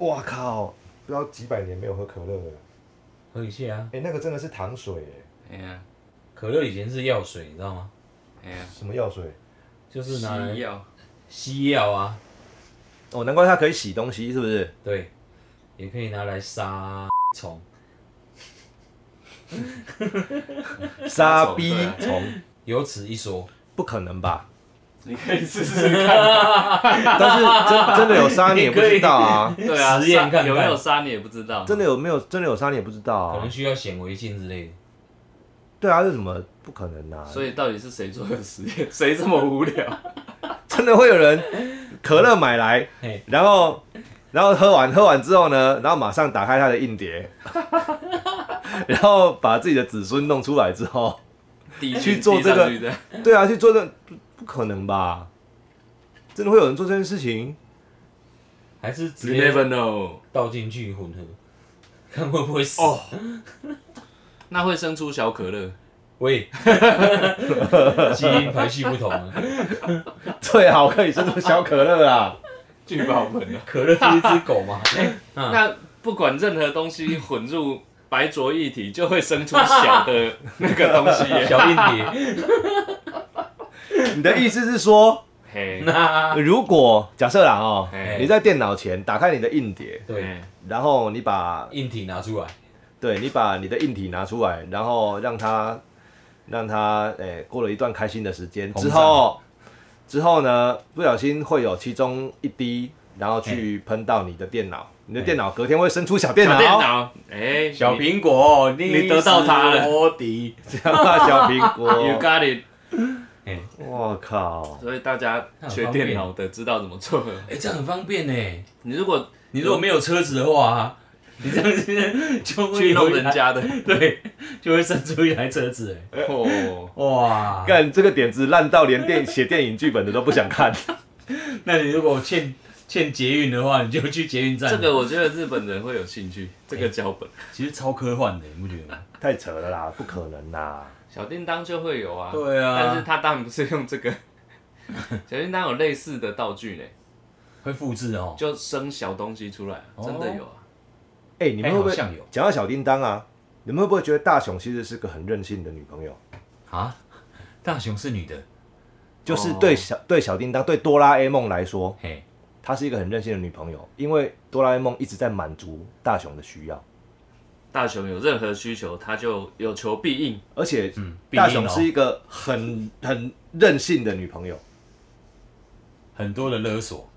哇靠，不知道几百年没有喝可乐了。喝一下啊。哎、那个真的是糖水、哎哎呀，可乐以前是药水，你知道吗？哎呀，什么药水？就是拿来西药，西药啊，哦，难怪它可以洗东西，是不 是？对，也可以拿来杀虫。杀逼虫，有此一说，不可能吧？ 你可以试试看。但是真真的有杀你也不知道啊，对啊，实验看看杀有没有杀你也不知道。真的有没有真的有杀你也不知道可能啊。需要显微镜之类的。对啊，这怎么不可能啊？所以到底是谁做的实验？ 谁这么无聊？真的会有人可乐买来嘿，然后然后喝完喝完之后呢，然后马上打开他的硬碟，然后把自己的子孙弄出来之后，第一去做这个对啊，去做这不不可能吧？真的会有人做这件事情？ 还是直，You 接 never know。倒进去混合，看会不会死。哦，那会生出小可乐， 喂， 基因排序不同啊。最好啊可以生出小可乐啊！ 聚宝 盆啊。可乐是一只狗嘛？嗯那不管任何东西混入白浊液体，就会生出小的那个东西 耶。小硬碟，你的意思是说，嘿，那如果假设啦哦，嘿你在电脑前打开你的硬碟，对，嘿然后你把硬体拿出来，对你把你的硬体拿出来，然后让它让它诶、过了一段开心的时间膨之胀后，之后呢，不小心会有其中一滴，然后去喷到你的电脑，你的电脑隔天会生出小电小电脑，脑，哎，你苹果，你得到它了我的， 小苹 You 果， got it。哎，我靠，所以大家那很学方便电脑的知道怎么做了。哎，这样很方便呢。你如果你如果没有车子的话啊，你这样子就会去弄有一人台，家的， 对，就会生出一台车子哎。 哦，哇，干这个点子烂到连电写电影剧本的都不想看，那你如果欠欠捷运的话，你就去捷运站。这个我觉得日本人会有兴趣，这个脚本。其实超科幻的，你不觉得吗？ 太扯了啦，不可能啦。小叮当就会有啊，对啊但是他当然不是用这个。 小叮当有类似的道具呢，会复制哦，就生小东西出来，哦真的有啊。哎、你们会不会哎好像有讲到小叮当啊？你们会不会觉得大雄其实是个很任性的女朋友？啊，大雄是女的，就是哦对小、对小叮当对哆啦 A 梦来说，嘿，她是一个很任性的女朋友，因为哆啦 A 梦一直在满足大雄的需要，大雄有任何需求，他就有求必应。而且嗯大必应雄哦是一个很很任性的女朋友，很多的勒索，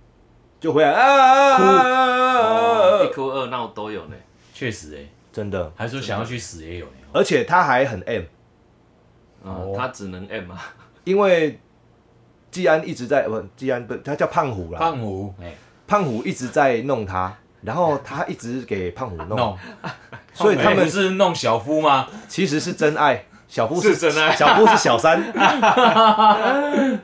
就回来啊啊啊啊啊啊哦啊一哭二闹都有呢。确实哎、真的，还说想要去死也有呢。而且她还很 M，哦，哦他只能 M 啊。因为季安一直在呃不，季安不，他叫胖虎啦，胖虎，哎、胖虎一直在弄他，然 后他一直给胖虎弄，弄，所以他胖们虎是弄小夫吗？其实是真爱，小夫是真爱小夫是小 三。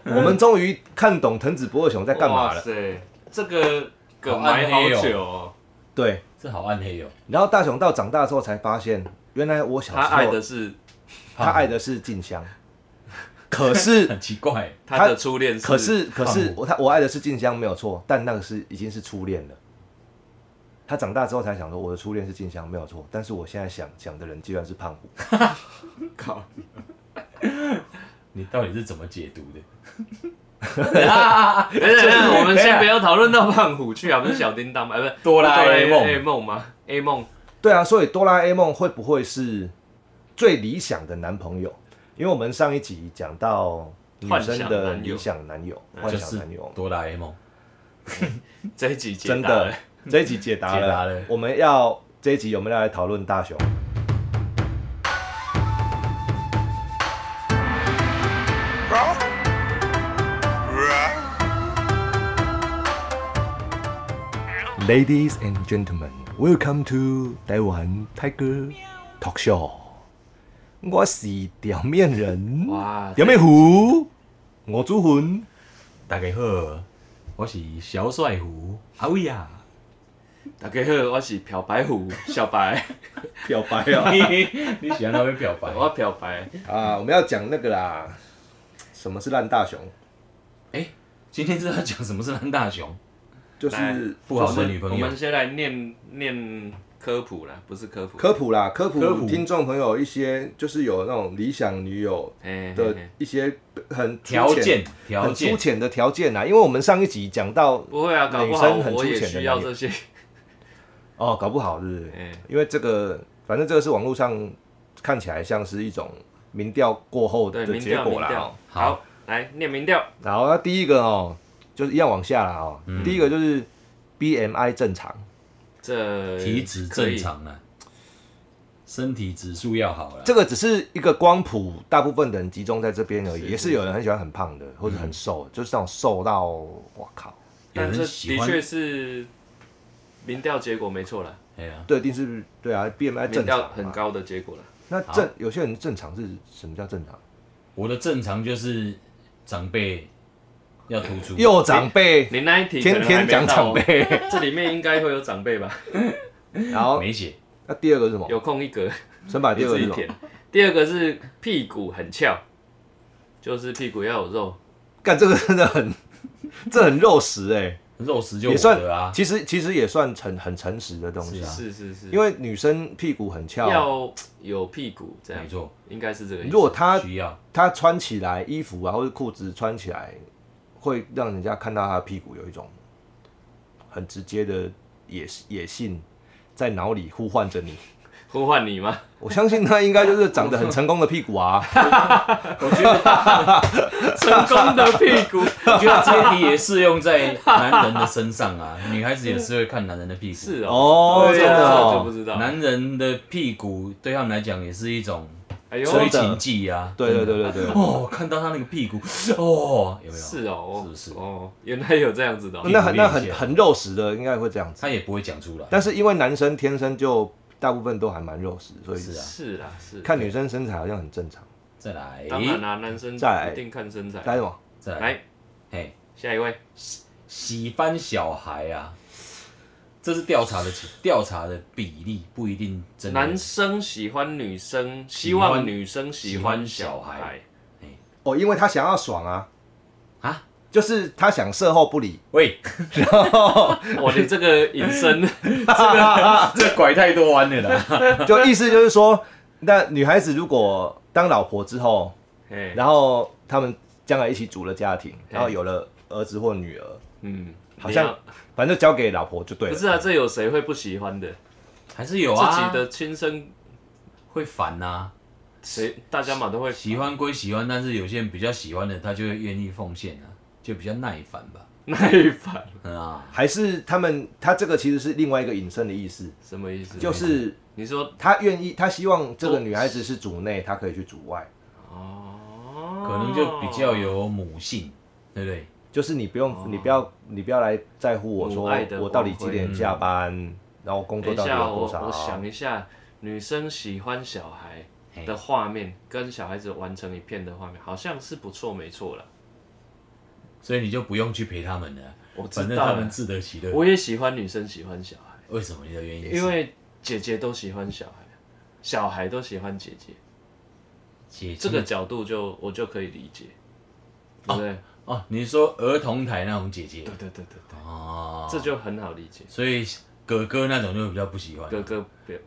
我们终于看懂藤子不二雄在干嘛哇了。塞，这个梗好埋暗黑好哦久哦。对，这好暗黑哦、 然后大雄到长大之后才发现，原来我小时他候爱的是他爱的的是静香，可是很奇怪，他的初恋，可是啊可是胖虎我他我爱的是静香没有错，但那个是已经是初恋了。他长大之后才想说，我的初恋是静香没有错，但是我现在想想的人居然是胖虎。靠，你到底是怎么解读的？等等等等，哎我等们一先下不要讨论到胖虎去啊，不是小叮当吗？哎，不是哆啦 A 梦 A 梦吗？A 梦对啊，所以哆啦 A 梦会不会是最理想的男朋友？因为我们上一集讲到女生的理想男友、嗯幻就想是男友，哆啦 A 梦，这一集解答真的了这一集解答了。解答了我们要这一集我们要来讨论大雄。Ladies and gentlemen, welcome to 台湾 Tiger Talk Show。我是表面人，哇表面虎，我主魂。大家好，我是小帅虎阿威啊呀，大家好，我是漂 白虎小白，表白啊！ 你喜欢他会表白？我漂白，啊，我们要讲那个啦，什么是烂大熊？今天是要讲什么是烂大雄？就是不好的就是女朋友我们先来念念科普啦，不是科普。科普啦，科普科普听众朋友一些就是有那种理想女友哎，嘿的嘿一些很粗条浅件条很粗件，浅的条件啊，因为我们上一集讲到不会啊，搞不女好生很粗我也浅的需要那个这些。哦，搞不好是不是？哎，因为这个，反正这个是网络上看起来像是一种民调过后对，的民结调果民啦、哦调。。好，来念民调。然后那第一个哦，就是一样往下啦哦。第一个就是 BMI 正常，这体脂正常了，身体指数要好了。这个只是一个光谱，大部分的人集中在这边而已。是嗯也是有人很喜欢很胖的，或者很瘦，就是那种瘦到我靠，可以，但有这人喜的欢确是民调结果没错啦，哎呀，对，一定是对啊，BMI 民正调常很嘛。高的结果啦。那正有些人正常是什么叫正常？我的正常就是长辈要突出，又长辈，嗯你那一题可天能还天没讲长到哦，辈。这里面应该会有长辈吧？然后没写，那第二个是什么？有空一格。神啊把第你二个是自己什么？填。第二个是屁股很翘，就是屁股要有肉。干这个真的 很，这很肉食哎、肉食就也我算的啊，其实其实也算诚很诚实的东西是啊是是是，因为女生屁股很翘，要有屁股这样没，错，应该是这个意如思。果她需要她穿起来衣服啊或者裤子穿起来，会让人家看到她的屁股有一种很直接的野野性在脑里呼唤着你。呼唤你吗？ 我相信她应该就是长得很成功的屁股啊，成功的屁 股，我觉得这一题也适用在男人的身上啊，女孩子也是会看男人的屁股。 是哦对啊真的哦这我就不知道。男人的屁股对他们来讲也是一种哎呦，催情剂啊。对对真的对对对哦，看到他那个屁股， 哦，有没有？是哦，是不是哦，原来有这样子的哦。那很那练一很下很肉食的应该会这样子，他也不会讲出来。但是因为男生天生就大部分都还蛮肉食，所以是啊是啊，是。看女生身材好像很正常。再来，当然啦，男生再来一定看身来材。什么？哎再来，来，哎，下一位，喜欢小孩啊，这是调查的起调查的比例，不一定真的。男生喜欢女生，希喜欢望女生喜欢喜欢小小孩孩。哦，因为他想要爽啊，啊，就是他想售后不理，喂， 哇，你这个隐身。啊这拐太多弯了 啦。就意思就是说，那女孩子如果当老婆之后，哎，然后他们将来一起组了家庭，然后有了儿子或女儿，嗯，好你像要反正交给老婆就对不了。是啊，这有谁会不喜欢的？还是有自啊，己的亲生会烦呐。谁，大家嘛都会喜欢归喜欢，但是有些人比较喜欢的，他就会愿意奉献啊，就比较耐烦吧。 耐烦，嗯啊，还是他们，他这个其实是另外一个引申的意思，什么意思？就是你说他愿意，他希望这个女孩子是主内，他可以去主外，哦，可能就比较有母性，对不对？就是你不用，你不要，你不要来在乎我说哦母爱的我到底光几辉嗯点下班，然后工哦等作一到底下，有我多少。我啊想一下，女生喜欢小孩嘿的画面跟小孩子玩成一片的画面，好像是不错，没错了。所以你就不用去陪他们了，我知反正道他了们，自得其乐。我也喜欢女生喜欢小孩，为什么你的原因是？因为姐姐都喜欢小孩，小孩都喜欢姐姐，姐姐这个角度就我就可以理解，对不对？哦，你说儿童台那种姐姐对对对对对，哦，这就很好理解。所以哥哥那种就比较不喜欢，哥哥不要，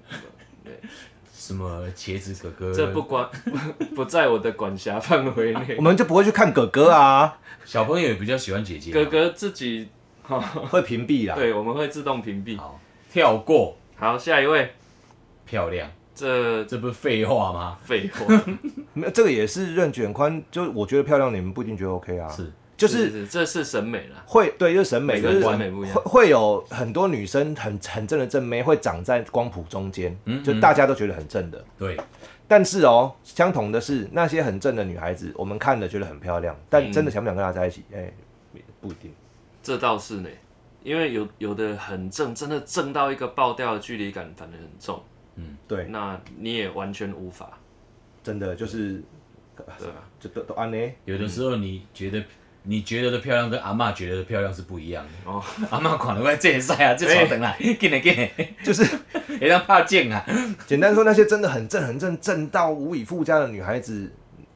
什么茄子哥哥，这不管 不在我的管辖范围内 我。们就不会去看哥哥 啊，小朋友也比较喜欢姐姐啊。哥哥自己，会屏蔽啦。对，我们会自动屏蔽。好跳过好，下一位，漂亮，这这不是废话吗？废话没有这个也是任卷宽，就是我觉得漂亮，你们不一定觉得 OK 啊。是，就是这是审美啦，会对，就是审美，每就个人是审美不一样会。会有很多女生很很正的正妹会长在光谱中间，嗯就大家都觉得很正的。对，但是哦，相同的是，那些很正的女孩子，我们看了觉得很漂亮，但嗯真的想不想跟她在一起？哎、不一定。这倒是呢，因为有有的很正，真的正到一个爆掉的距离感反而很重，对，那你也完全无法，真的就是对啊吧？就都都安呢。有的时候嗯你觉得。你觉得的漂亮跟阿嬷觉得的漂亮是不一样的。哦哎哦，阿嬷看了我这晒啊，这床等 啦，进来进来， 就是会当拍镜啊。简单说，那些真的很正、很正、正到无以复加的女孩子，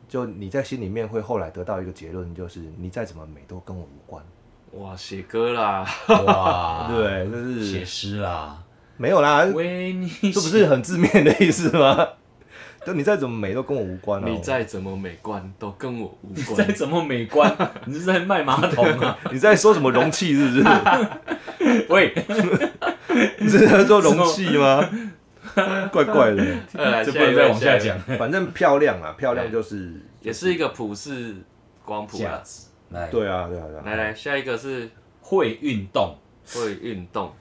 就你在心里面会后来得到一个结论，就是你再怎么美都跟我无关。哇，写歌啦，啊哇，对，这是写诗啦，没有啦，这为你不是很字面的意思吗？ 就你再怎么美都跟我无关啊！你再怎么美观都跟我无你 再关。怎么美观， 你是在卖马桶 啊？ 你在说什么容器是不 是？喂，你是在说容器吗？ 怪怪的，呃来这不下一能位再往下一位讲。反正漂亮啊，漂亮就是也是一个普世光谱价啦。值来，对啊，对啊，对啊。来来，下一个是会运动，会运 动，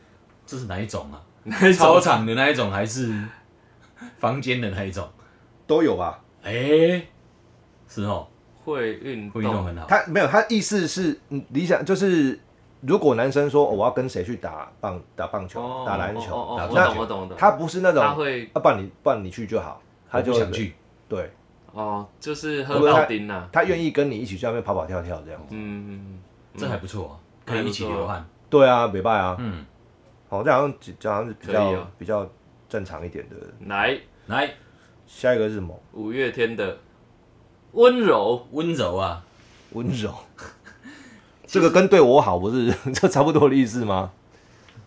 这是哪一种啊？那一操种场的那一种还是房间的那一 种？都有吧？哎、是哦，会运会运动动，很好。他没有，他意思是嗯理想就是，如果男生说、哦我要跟谁去打棒打棒球、哦打篮球，哦哦打哦，我篮懂球我懂我懂，他不是那种他会啊，不然你不然你去就好，他就我不想去，对，哦，就是我喝不知道到丁啦，他愿意跟你一起去那边跑跑跳跳这样子。嗯，这还不错、啊，可以一起流汗。对啊，没办啊，嗯，好、这好像这好像是比较、可以哦比较正常一点的。嗯来来下一个是什么？五月天的温柔，温柔啊，温柔。嗯 这个跟对我好不是 这差不多的意思吗？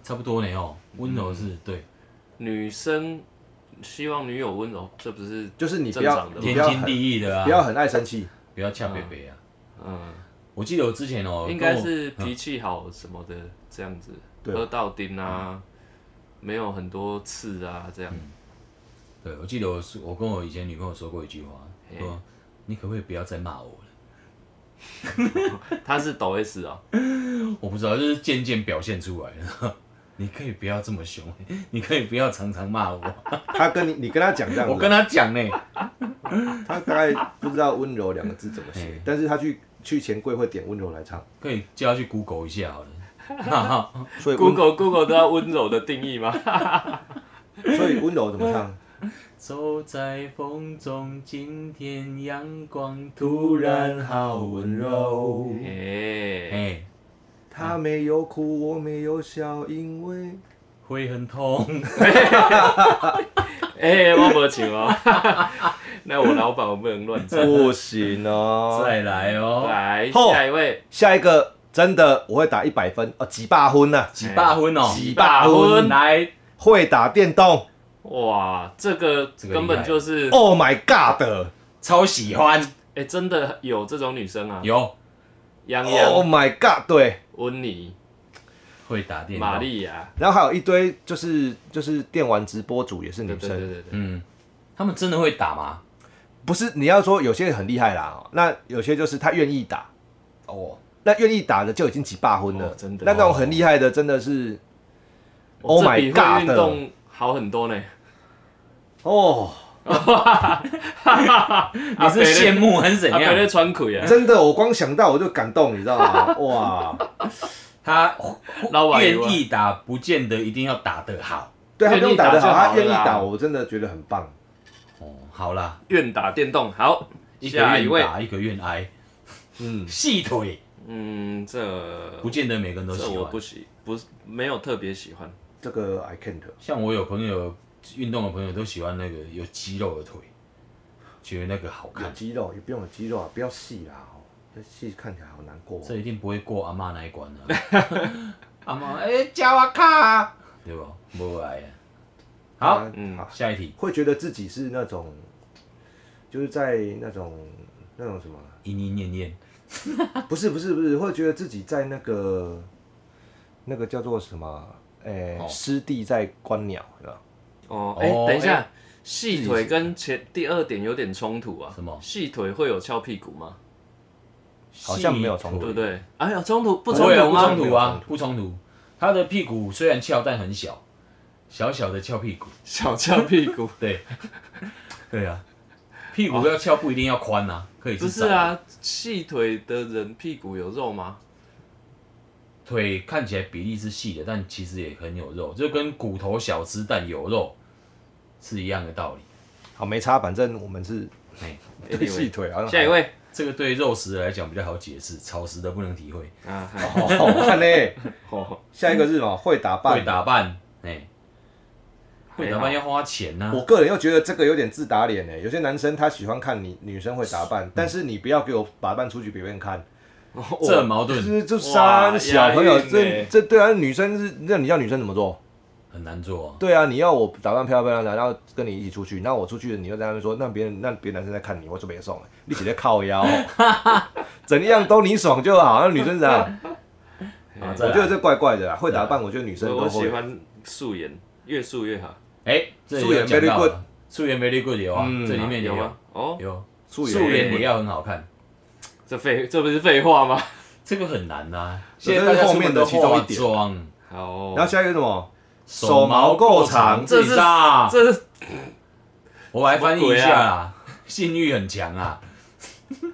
差不多呢哦。温柔是、对，女生希望女友温柔，这不是就是你不要正常的你天不要经很地义的啊，不要很爱生气，不要呛北北啊。嗯，我记得我之前哦，应该跟我是脾气好什么的这样子，对喝到丁啊，没有很多刺啊这样，嗯对，我记得我是我跟我以前女朋友说过一句话，嘿说你可不可以不要再骂我了？他是抖 S 哦，我不知道，就是渐渐表现出来了。 你可以不要这么凶， 你可以不要常常骂我。他跟你你跟他讲这样子，我跟他讲呢，他大概不知道“温柔”两个字怎么写嘿，但是他去去钱柜会点“温柔”来唱，可以叫他去 Google 一下好了。 所以温 Google Google 都要温柔的定义吗？ 所以温柔怎么唱？走在风中，今天阳光突然好温柔。嗯哎、哎，他没有哭，我没有笑，因 为会很痛。哎，我没请哦， 那我老板我不能 乱讲。不行哦。再来哦，来后下一位，下一个真的我会打一百分哦，几把分呐、啊，几把分哦，几把分来，会打电动哇，这个这个根厉本害哦就是， ，Oh my God，Oh 超喜欢，哎，真的有这种女生啊，有哦杨洋、Oh my God，对。温妮、会打电动，玛丽亚，然后还有一堆就是就是电玩直播主也是女生，对对对对对，嗯，他们真的会打吗？不是你要说有些很厉害啦，哦那有些就是他愿意打，哦，那愿意打的就已经几把分了，哦真的那那种很厉害的，真的是哦 Oh 这 my 比会运 God 动好很多呢。哦，你是羡慕还是怎阿伯在样？喘气啊，真的，我光想到我就感动，你知道吗？ 哇，他老板愿意打，不见得一定要打得好。对他愿意不用打得打就好了啦他愿意打，我真的觉得很棒。哦，好啦，愿打电动好。一个下一愿位，打，一个愿挨，嗯， 细腿嗯，这不见得每个人都这喜我欢不。喜，不是没有特别喜欢。这个 I can't。像我有朋友运动的朋友都喜欢那个有肌肉的腿，觉得那个好有看。肌肉也不用有肌肉啊，不要细啦，哦这细看起来好难过哦。这一定不会过阿嬷那一关的、 阿嬷，哎、加我卡、啊，对吧？不爱啊。好，嗯嗯，好下一题，会觉得自己是那种，就是在那种那种什么，莺莺念念，不是不是不是，会觉得自己在那个那个叫做什么？诶、哦湿地在观鸟，是吧？哦，哎，哦等一下哎，细腿跟前第二点有点冲突啊。什么细腿会有翘屁股吗？好像没有冲突细对不腿对？哎呀，冲突不不冲会啊突不吗冲？突啊，不冲突。他的屁股虽然翘，但很小，小小的翘屁股。小翘屁股对， 对啊，屁股要翘不一定要宽啊，可以不是窄的，啊？细腿的人屁股有肉吗？腿看起来比例是细的，但其实也很有肉，就跟骨头小吃但有肉是一样的道理。好，没差，反正我们是哎， 对细腿啊。下一位这个对肉食的来讲比较好解释，草食的不能体会。 啊，哦，好看嘞。好，下一个是什么？会打扮。会打扮，哎，会打扮还要花钱啊呐、我个人又觉得这个有点自打嗯脸呢。有些男生他喜欢看你女生会打扮，但是你不要给我打扮出去给别人看，这很矛就盾是就杀哦哇小朋友，押韵这欸这对啊，女生是那你叫女生怎么做？很难做啊。对啊，你要我打扮漂漂亮亮，然后跟你一起出去，那我出去了，你又在那边说，那别人那别的男生在看你，我就别送了，你直接靠腰，怎样都你爽就好。那女生这样，啊我再来觉得这怪怪的啦，会打扮，我觉得女生我都我喜会。欢素颜，越素越好。哎，这里素有颜讲 very 到 good 啊素颜 very good 有啊，嗯这里啊面也有有吗？哦，有素素颜颜也要很好看，这废这不是废话吗？这个很难呐。这现在是大家后出面门的都其中化一点妆，好哦，然后下一个是什么？手毛够长，这自己是扎啊。这是我来翻译一什么下鬼啦，性欲很强啊，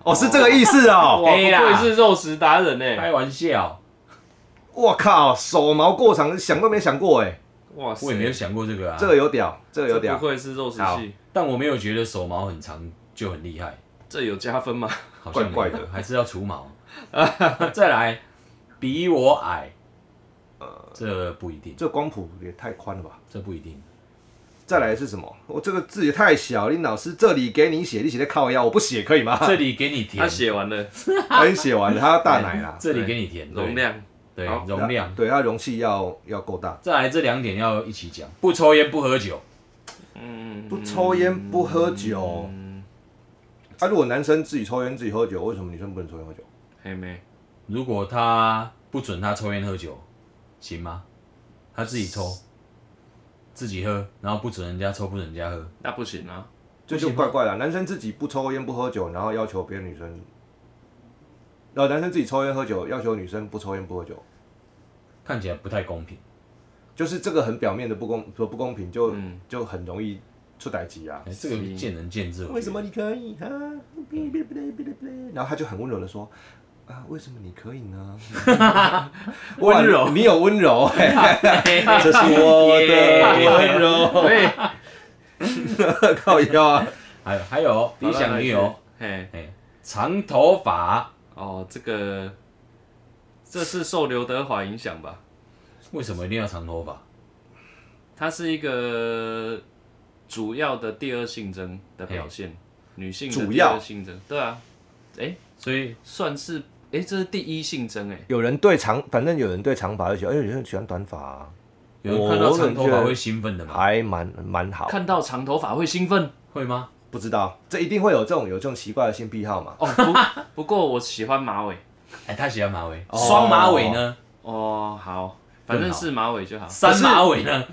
哦，是这个意思哇，不哦。黑啦哎愧是肉食达人欸呢！开玩笑，我靠，手毛过长，想都没想过哎，哇塞，我也没有想过这个啊这。个有屌，这个有这不屌。愧是肉食好系，但我没有觉得手毛很长就很厉害，这有加分吗？好像没有怪怪的还是要除毛。再来，比我矮，这不一定，这光谱也太宽了吧？这不一定。再来是什么？我这个字也太小，林老师这里给你写，你写的靠腰，我不写可以吗？ 这里给你他填，写完了他已经写完了，他要大奶啦，这里给你填对容量，对好容量。对，他啊容器要要够大，再来这两点要一起讲，不抽烟不喝酒，嗯，不抽烟不喝酒。啊，如果男生自己抽烟自己喝酒，为什么女生不能抽烟喝酒？黑妹，如果他不准他抽烟喝酒，行吗？他自己抽，自己喝，然后不准人家抽，不准人家喝，那不行啊，这就行吗怪怪了。男生自己不抽烟不喝酒，然后要求别的女生，然后男生自己抽烟喝酒，要求女生不抽烟不喝酒，看起来不太公平。就是这个很表面的不公不不公平，就嗯就很容易出歹疾啊。哎，这个是见仁见智。我觉得为什么你可以啊？然后他就很温柔的说：“啊，为什么你可以呢？”哇温柔你有温柔、嘿这是我的温柔，喂，靠腰啊！还有还有理想女友，，嘿，哎，长头发，哦，这个这是受刘德华影响吧？为什么一定要长头发？它是一个主要的第二性征的表现，女性的主第要二性征，对啊，所以算是哎、这是第一性征哎、有人对长，反正有人对长发就喜欢，哎，有人喜欢短发啊、有人看到我长头发我会兴奋的吗？还蛮蛮好。看到长头发会兴奋会吗？不知道，这一定会有这种有这种奇怪的性癖好嘛？哦，不不过我喜欢马尾哎，他喜欢马尾，哦双马尾呢？哦，好，反正是马尾就好，三马尾呢？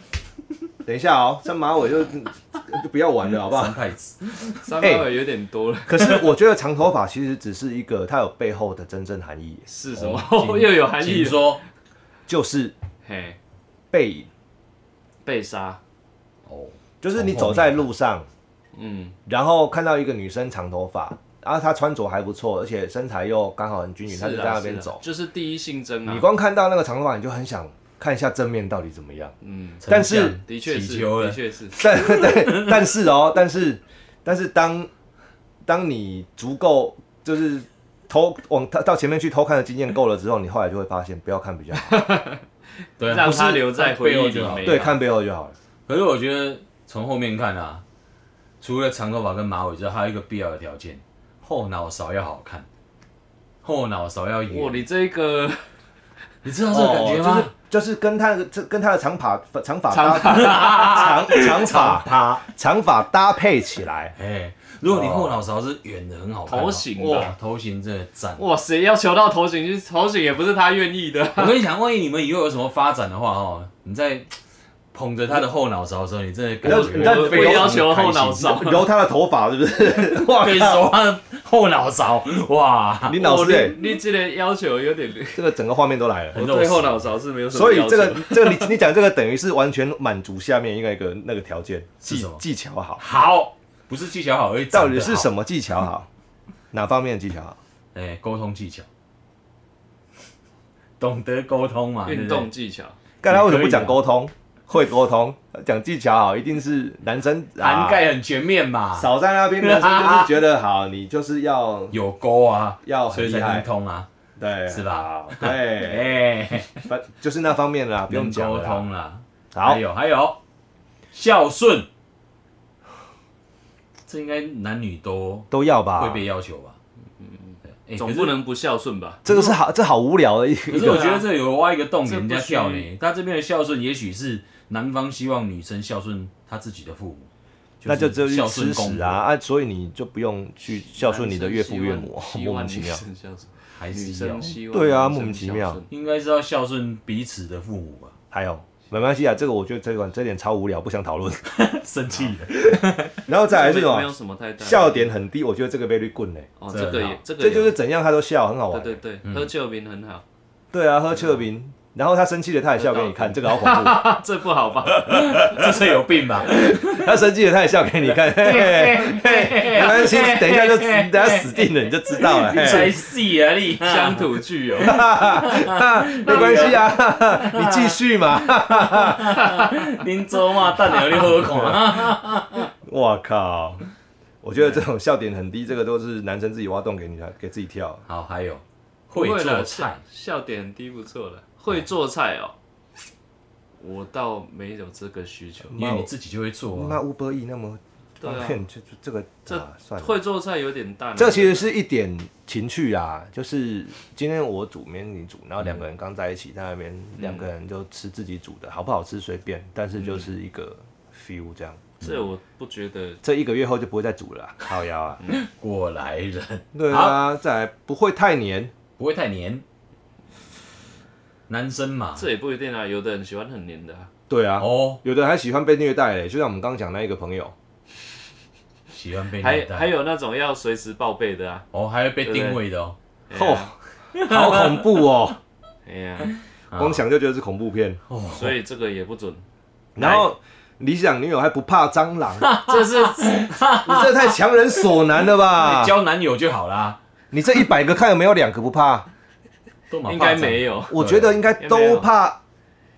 等一下哦，这马尾就就不要玩了，好不好三？太子，三马尾有点多了，可是我觉得长头发其实只是一个，它有背后的真正含义，是什么？哦请 又有含义请了，说就是嘿，背影，被杀，哦，就是你走在路上，嗯，然后看到一个女生长头发，然后她穿着还不错，而且身材又刚好很均匀，她是就在啊那边是啊走。就是第一性征啊你，光看到那个长头发，你就很想看一下正面到底怎么样。嗯，但是丞相的确起是，求的了，确是，但对，但是哦，但是但是当当你足够就是偷往到到前面去偷看的经验够了之后，你后来就会发现不要看比较好，对啊，让不是它留在回背后忆就里好面，对，看背后就好了。可是我觉得从后面看啊，除了长头发跟马尾之外，还有一个必要的条件，后脑勺要好看，后脑勺要哇，圆。你这个你知道这个感觉吗？哦就是就是跟他的这跟他的长发长发搭长长发搭长发搭配起来，哎，如果你后脑勺是圆的，很好看哦。头型吧哇，头型真的赞。哇，谁要求到头型？其实头型也不是他愿意的。我跟你讲，万一你们以后有什么发展的话哦，你在捧着他的后脑勺的时候，你真的感 你知道你知觉道会被非要常求后脑开心勺 揉他的头发是不是？哇可以靠！揉他的后脑勺， 哇，林老师、欸哦，你你这个要求 有点，这个整个画面都来了。很我肉对食后脑勺是没有什么所以要求。这个这个你你讲这个等于是完全满足下面一个一个那个条件是技什么技巧 好，好，不是技巧好而已，到底是什么？么技巧好？哪方面的技巧好？哎，沟通技巧，懂得沟通嘛，运对动不技巧干他为什么不也可以啊讲沟通？会沟通，讲技巧好，一定是男生对涵啊、盖很全面嘛，少在那边，男生就是觉得好，你就是要有沟啊，要很所以厉才能害，通啊，对，是吧好？对，哎，反就是那方面啦，不用能讲沟了啦。通啦。好还，有还有，孝顺，这应该男女都都要吧会？被要求吧？嗯，欸哎总可不是能不孝顺吧？这个是好，这好无聊的一个可一是我个。啊觉得这有挖一个洞给这不人家跳需呢。他这边的孝顺，也许是男方希望女生孝顺他自己的父母，那就是只有去孝吃顺公屎婆啊，啊！所以你就不用去 孝顺你的岳父岳母，希 莫望名其妙希。望女生孝顺还女是要生希望对啊男生莫名其妙孝顺应该是要孝顺彼此的父母 吧？还有，没关系啊，这个我觉得这款这点超无聊，不想讨论。生气了，然后再来是什没有么？什么太大的笑点很低，我觉得这个 very good 呢、哦，这个也这个这就也是嗯怎样他都笑，很好玩。对对对，喝酒名很好， 对啊，喝秋明，然后他生气了他也笑给你看，这个好恐怖。啊这不好吧？这是有病 吧？哎他生气了他也笑给你看，嘿嘿嘿没关系，等一下就死，等一下死定了你就知道了。才嘿戏啊你！ 乡土剧哦，没关系啊，你继续嘛。林州嘛，蛋了你喝看 啊！我靠，我觉得这种笑点很低，这个都是男生自己挖洞给女孩给自己跳。好，还有不会会做了，菜笑，笑点低不错了，会做菜哦。我倒没有这个需求，嗯因为你自己就会做那啊。乌波 e 那么对啊方便，就就这个这啊算了。会做菜有点嗯淡啊。这其实是一点情趣啊，就是今天我煮，明天你煮，然后两个人刚在一起，在那边两个人就吃自己煮的，好不好吃随便，但是就是一个 feel 这样。这我不觉得，这一个月后就不会再煮了啊，靠腰啊，嗯过来人，对啊，再来不会太黏，不会太黏。男生嘛，这也不一定啊。有的人喜欢很黏的啊，对啊，哦，有的还喜欢被虐待嘞，就像我们刚刚讲那一个朋友，喜欢被还虐待，还有那种要随时报备的啊。哦，还会被定位的哦。哦，好恐怖哦，哎呀， 啊光想就觉得是恐怖片。哦，所以这个也不 准，然后理想女友还不怕蟑螂，这是你这太强人所难了 啊吧？交男友就好啦，你这一百个看有没有两个不怕？都蛮应怕该长没有。我觉得应该都怕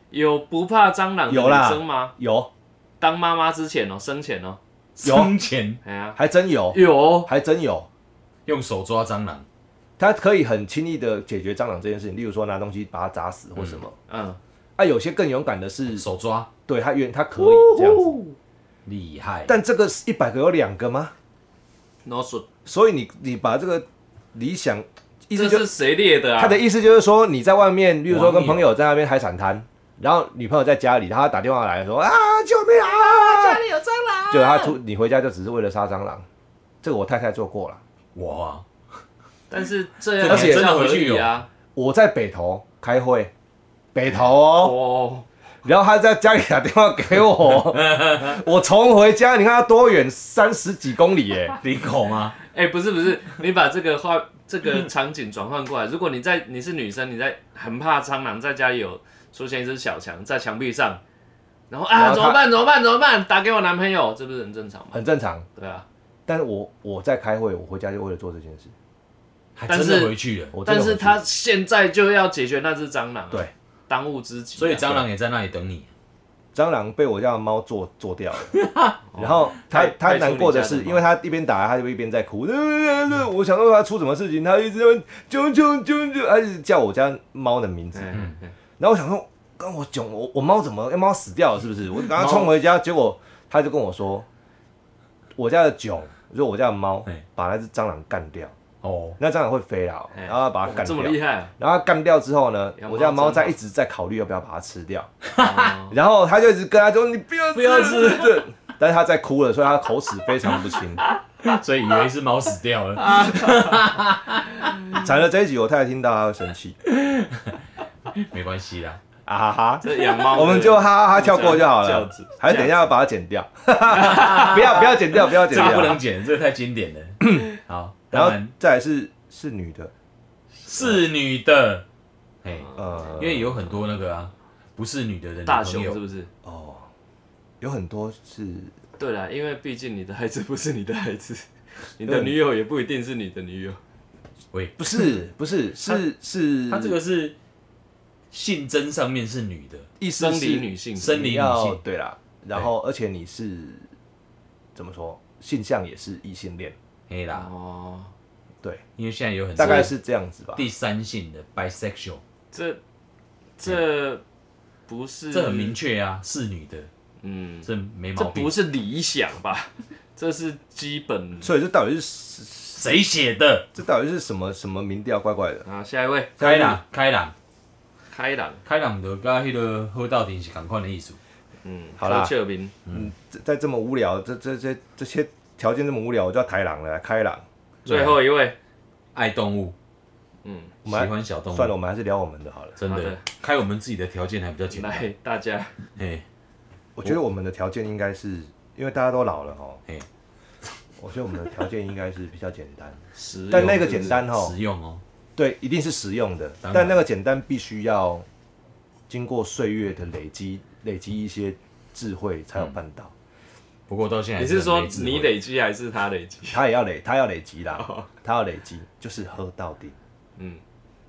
有不怕蟑螂的有女啦生吗？有，当妈妈之前哦，生前哦，生前哎呀，还真有，有哦还真有。用手抓蟑螂，他可以很轻易的解决蟑螂这件事情，例如说拿东西把它砸死或什么。嗯，啊，有些更勇敢的是，手抓对他原他可以这样子，厉害。但这个一百个有两个吗？ no 说所以你你把这个理想，意这思就是谁列的啊？他的意思就是说，你在外面，例如说网友跟朋友在那边海产摊，然后女朋友在家里，然后她打电话来说啊，救命啊，家里有蟑螂。就他出你回家就只是为了杀蟑螂，这个我太太做过了。哇，但是这样而且真的合真的回去理有啊！我在北投开会，北投哦，哦，然后他在家里打电话给 我，我从回家，你看他多远，三十几公里耶，领口吗？哎，不是不是，你把这个画这个场景转换过来，如果你在你是女生，你在很怕蟑螂，在家里有出现一只小强在墙壁上，然后然啊后怎他么办怎么办怎么办？打给我男朋友，这不是很正常吗？很正常。对啊，但是我我在开会，我回家就为了做这件事，还但真是的回去了，我真但的回是去他现在就要解决那只蟑螂，啊对，当务之急啊，所以蟑螂也在那里等你。蟑螂被我家的猫做做掉了， 然后他太他太难过的处是，理家的因为他一边打他就一边在哭，我想到他出什么事情，他一直在那边啾啾啾啾，他一直叫我家猫的名字，嗯，嗯然后我想说，跟我囧，我我猫怎么，哎猫死掉了是不是？我刚刚冲回家，结果他就跟我说，我家的囧，就是我家的猫哎，把那只蟑螂干掉，哦，那蟑螂会飞啦，哎然后啊把它哦干这掉么。厉害然后它干掉之后呢，养猫我家的猫真在好一直在考虑要不要把它吃掉，啊！然后他就一直跟他说：“你不要不要吃对，但是他在哭了，所以他口齿非常不清。 所以以为是猫死掉了。惨了这一集，我太太听到她会生气没关系啦，啊哈哈。这养猫 的我们就哈哈哈跳过就好这了样子，还是等一下要把它剪掉， 不要不要剪掉，不要这剪个不掉能。剪，这个太经典了。好，然当后然再来是是女的，是女的，哎，呃，因为有很多那个啊，不是女的的女大朋熊是友，不是？哦，有很多是对啦，因为毕竟你的孩子不是你的孩子，你的女友也不一定是你的女友。喂，不是不是是是，她这个是性征上面是女的，意思生是理女性，生理你女要性对啦，然后而且你是怎么说，性向也是异性恋，嘿啦，哦，对，啊因为现在有很多大概是这样子吧。第三性的 bisexual，这这不是这很明，确啊，是女的，嗯，这没这毛病不。是理想吧？这是基本所以这到底是谁写的？这到底是什么什么民调？怪怪的。啊，下一位开朗，开朗，开朗，开朗的跟迄个喝到底是同款的意思。嗯，好啦柯切明，嗯这嗯在这么无聊，这这这这些条件这么无聊，我就要台狼了，开朗。最后一位，爱动物，嗯，我喜们还欢小动算了，物，我们还是聊我们的好了。真好的的开我们自己的条件还比较简单。来大家嘿，我觉得我们的条件应该是，因为大家都老了哦嘿。 我觉得我们的条件应该是比较简 单，实但用那个简单哦实，用哦，对，一定是实用的。当然但那个简单必须要经过岁月的累积，累积一些智慧才有办到。嗯不过到现在你是说还没智慧你累积还是他累积？他也要累，他要累积哦啦，他要累积，就是喝到底。嗯，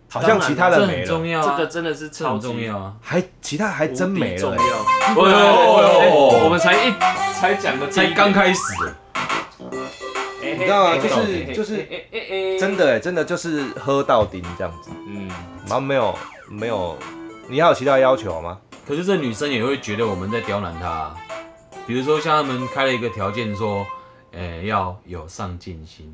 好像其他这的没很重了，要这啊，个真的是这超很级重要啊。还其他还真没了无欸、敌重喂要。喂喂喂喂我们才一才讲的才刚开始，你你知道吗？就是就是真的、欸，真的就是喝到顶这样子，嗯，然后没有没有，你还有其他要求吗？可是这女生也会觉得我们在刁难她啊、比如说像他们开了一个条件说，呃、要有上进心，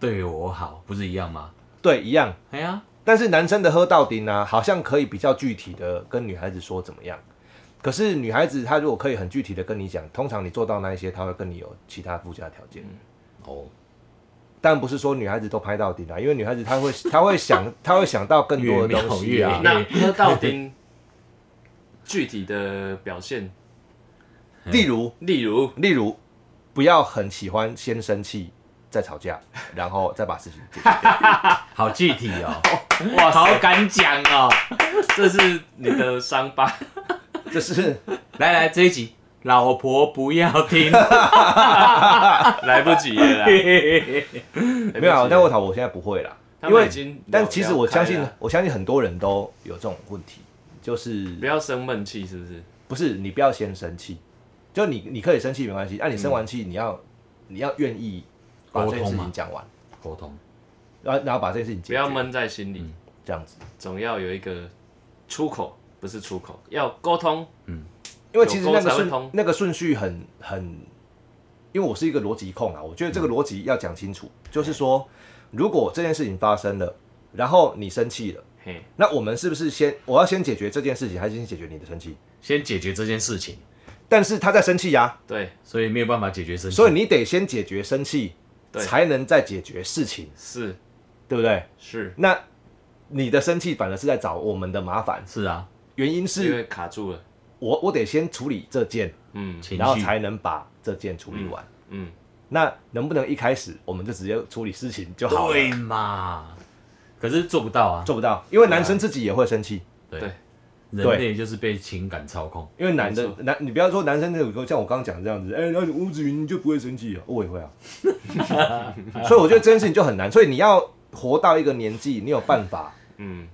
对我好，不是一样吗？对，一样。哎呀，但是男生的喝到顶呢、好像可以比较具体的跟女孩子说怎么样。可是女孩子她如果可以很具体的跟你讲，通常你做到那一些，她会跟你有其他附加条件。哦，但不是说女孩子都拍到顶啊，因为女孩子她会她会想她会想到更多的越东描西越啊黑。那喝到丁 具体的表现，例如例如例如，不要很喜欢先生气再吵架，然后再把事情解决。好具体哦， 哇，好敢讲 哦。这是你的伤疤， 这是来来，这一集老婆不要 听，来不及了啦，嘿嘿嘿嘿没有啊，但我我讨我现在不会啦，他因们为已经但其实我相信聊开了，我相信很多人都有这种问题，就是不要生闷气，是不是？不是你不要先生气，就你你可以生气没关系，但、啊嗯你生完气你要你要愿意把这件沟事通嘛情讲完，沟通，然后然后把这件事情解决，不要闷在心里，这样子，总要有一个出口，不是出口，要沟通。因为其实那沟个才会顺通那个顺序很很，因为我是一个逻辑控啊，我觉得这嗯个逻辑要讲清楚，就是说如果这件事情发生了，然后你生气了，嘿，那我们是不是先我要先解决这件事情，还是先解决你的生气？先解决这件事情，但是他在生气呀、对，所以没有办法解决生气，所以你得先解决生气，对才能再解决事情，是对不对？是，那你的生气反而是在找我们的麻烦，是啊，原因因是为卡住了。我我得先处理这件，嗯情然后绪才能把这件处理完。嗯，那能不能一开始我们就直接处理事情就好了？对嘛？可是做不到啊，做不到，因为男生自己也会生气，对对，人类就是被情感操控，因为男的没错男，你不要说男生那种像我刚刚讲的这样子，哎、那你吴子云你就不会生气啊？我也 会啊，所以我觉得这件事情就很难，所以你要活到一个年纪，你有办法嗯，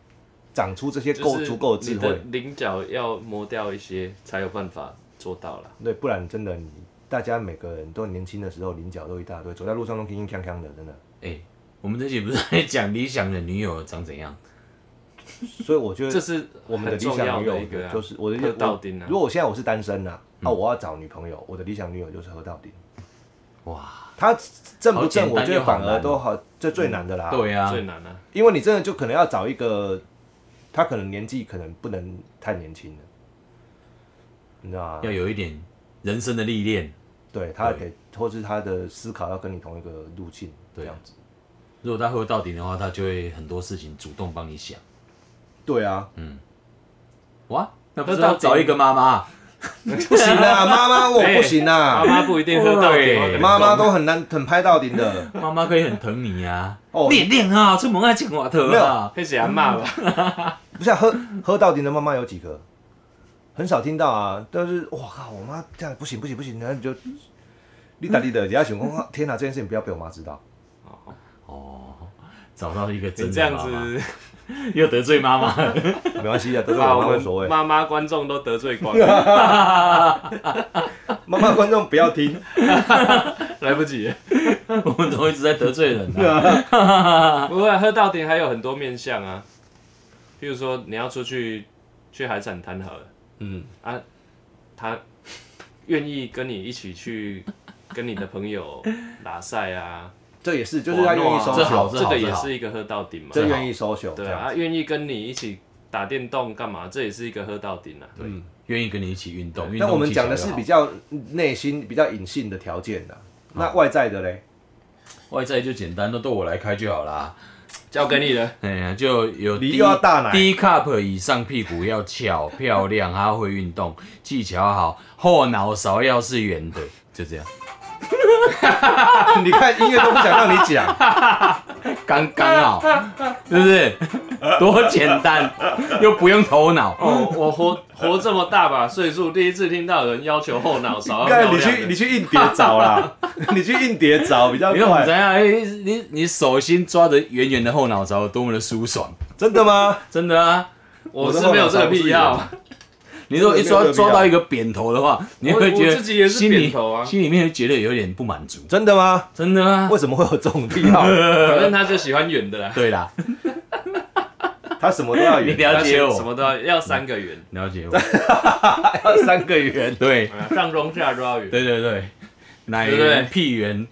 长出这些就够是足够的智你的慧，棱角要磨掉一些，才有办法做到了。对，不然真的你大家每个人都年轻的时候棱角都一大堆，走在路上都铿铿锵锵的，真的。哎、我们这期不是在讲理想的女友长怎样？所以我觉这得是我们的很理重想要女的友一个啊，就是我的喝到我丁啊嗯如果我现在我是单身呐、啊，那、我要找女朋友，我的理想女友就是喝到底。哇，她正不正，好简单我觉得又好反难而都好，啊这最难的啦。，对啊，最难啊。因为你真的就可能要找一个，她可能年纪可能不能太年轻了，你知道吗要？有一点人生的历练。对，她对得或是她的思考要跟你同一个路径，这对样子。如果他喝到底的话，他就会很多事情主动帮你想。对啊，哇，那不是喝到要底找一个妈妈？不行啊，妈妈我哎不行妈啊，妈不一定喝到底，对妈妈都很难很拍到顶的。妈妈可以很疼你啊。哦练练啊，出门爱讲话头没啊有。黑谁骂吧？不是、啊、喝喝到底的妈妈有几个？很少听到啊。但是哇靠，我妈这样不行不行不行，然后你就你打你的，人家想说天哪、这件事情不要被我妈知道。哦，找到一个你真这的样妈妈，子又得罪妈妈了。没关系啊，都是把我妈我无所们谓。妈妈观众都得罪 光了，妈妈观众不要听，来不及了。我们怎么一直在得罪人呢、啊？不会啊喝到底还有很多面向啊，譬如说你要出去去海产摊好了，啊嗯，他愿意跟你一起去跟你的朋友拉塞啊，这也是就是他愿意哇收这好球，这这好个也这好是一个喝到顶嘛。真愿意收球，对这样啊，愿意跟你一起打电动干嘛？这也是一个喝到顶啊。对，愿意跟你一起运动。运那动我们技巧讲的又是好比较内心、比较隐性的条件的、那外在的嘞，外在就简单，都对我来开就好啦。 交 给你了，哎呀，就有你低又要大奶低 cup 以上，屁股要翘漂亮，还要会运动，技巧好，后脑勺要是圆的， 就这样。你看音乐都不想让你讲， 刚刚好，是不是？多简单，又不用头 脑。哦， 我活活这么大把岁数，第一次听到有人要求后脑勺要看漂你亮去你的。去硬碟找 啦，你去硬碟找比较你怎快，怎样？哎你你手心抓着圆圆的后脑勺，有多么的舒爽，真的吗？真的啊！我是没有这个必要，你如果一真抓的没有必要抓到一个扁头的话，你会我觉得我自己也是心里扁头啊心里面会觉得有点不满足，真的吗？真的啊为。什么会有这种必 要？ 反正他就喜欢圆的 啦。对啦，他什么都要你圆，了解什我，么都要要三 个圆，了解我，要三个圆。对上中下都要圆。对对对，奶对不对圆屁圆，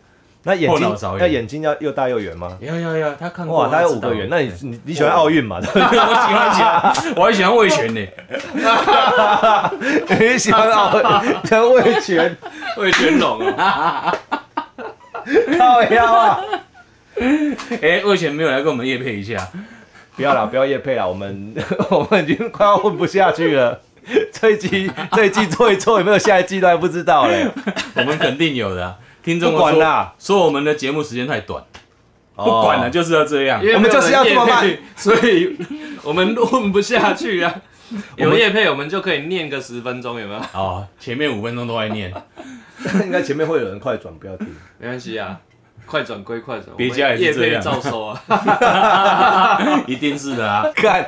那眼后睛脑勺，圆那眼睛要又大又圆吗？要要要，他看过，哇，他有知五个道圆，那你你你喜欢奥运嘛？对不 我喜欢 喜欢，我还喜欢魏全呢，对你喜欢奥运，喜欢魏全，会全 拢哦，靠腰啊！哎，魏全没有来跟我们夜配一下， 不要啦，不要夜配啦，我们 我们已经快要混不下去了。这一季这一季做一做，有没有下一季都还不知道嘞。我们肯定有 的啊，听众不管说啦，哦说我们的节目时间太短，不不管了，就是要这样因，为我们没有就是要人这么业慢配，所以 我们混不下去 啊。有叶配，我们就可以念个十分钟，有没有？哦，前面五分钟都在 念，应该前面会有人快转，不要听。没关系啊，快转归快转，别家也叶是这配样照收啊。一定是的啊， 干，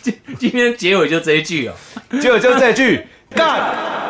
今今天结尾就这一句哦。结果就这句干。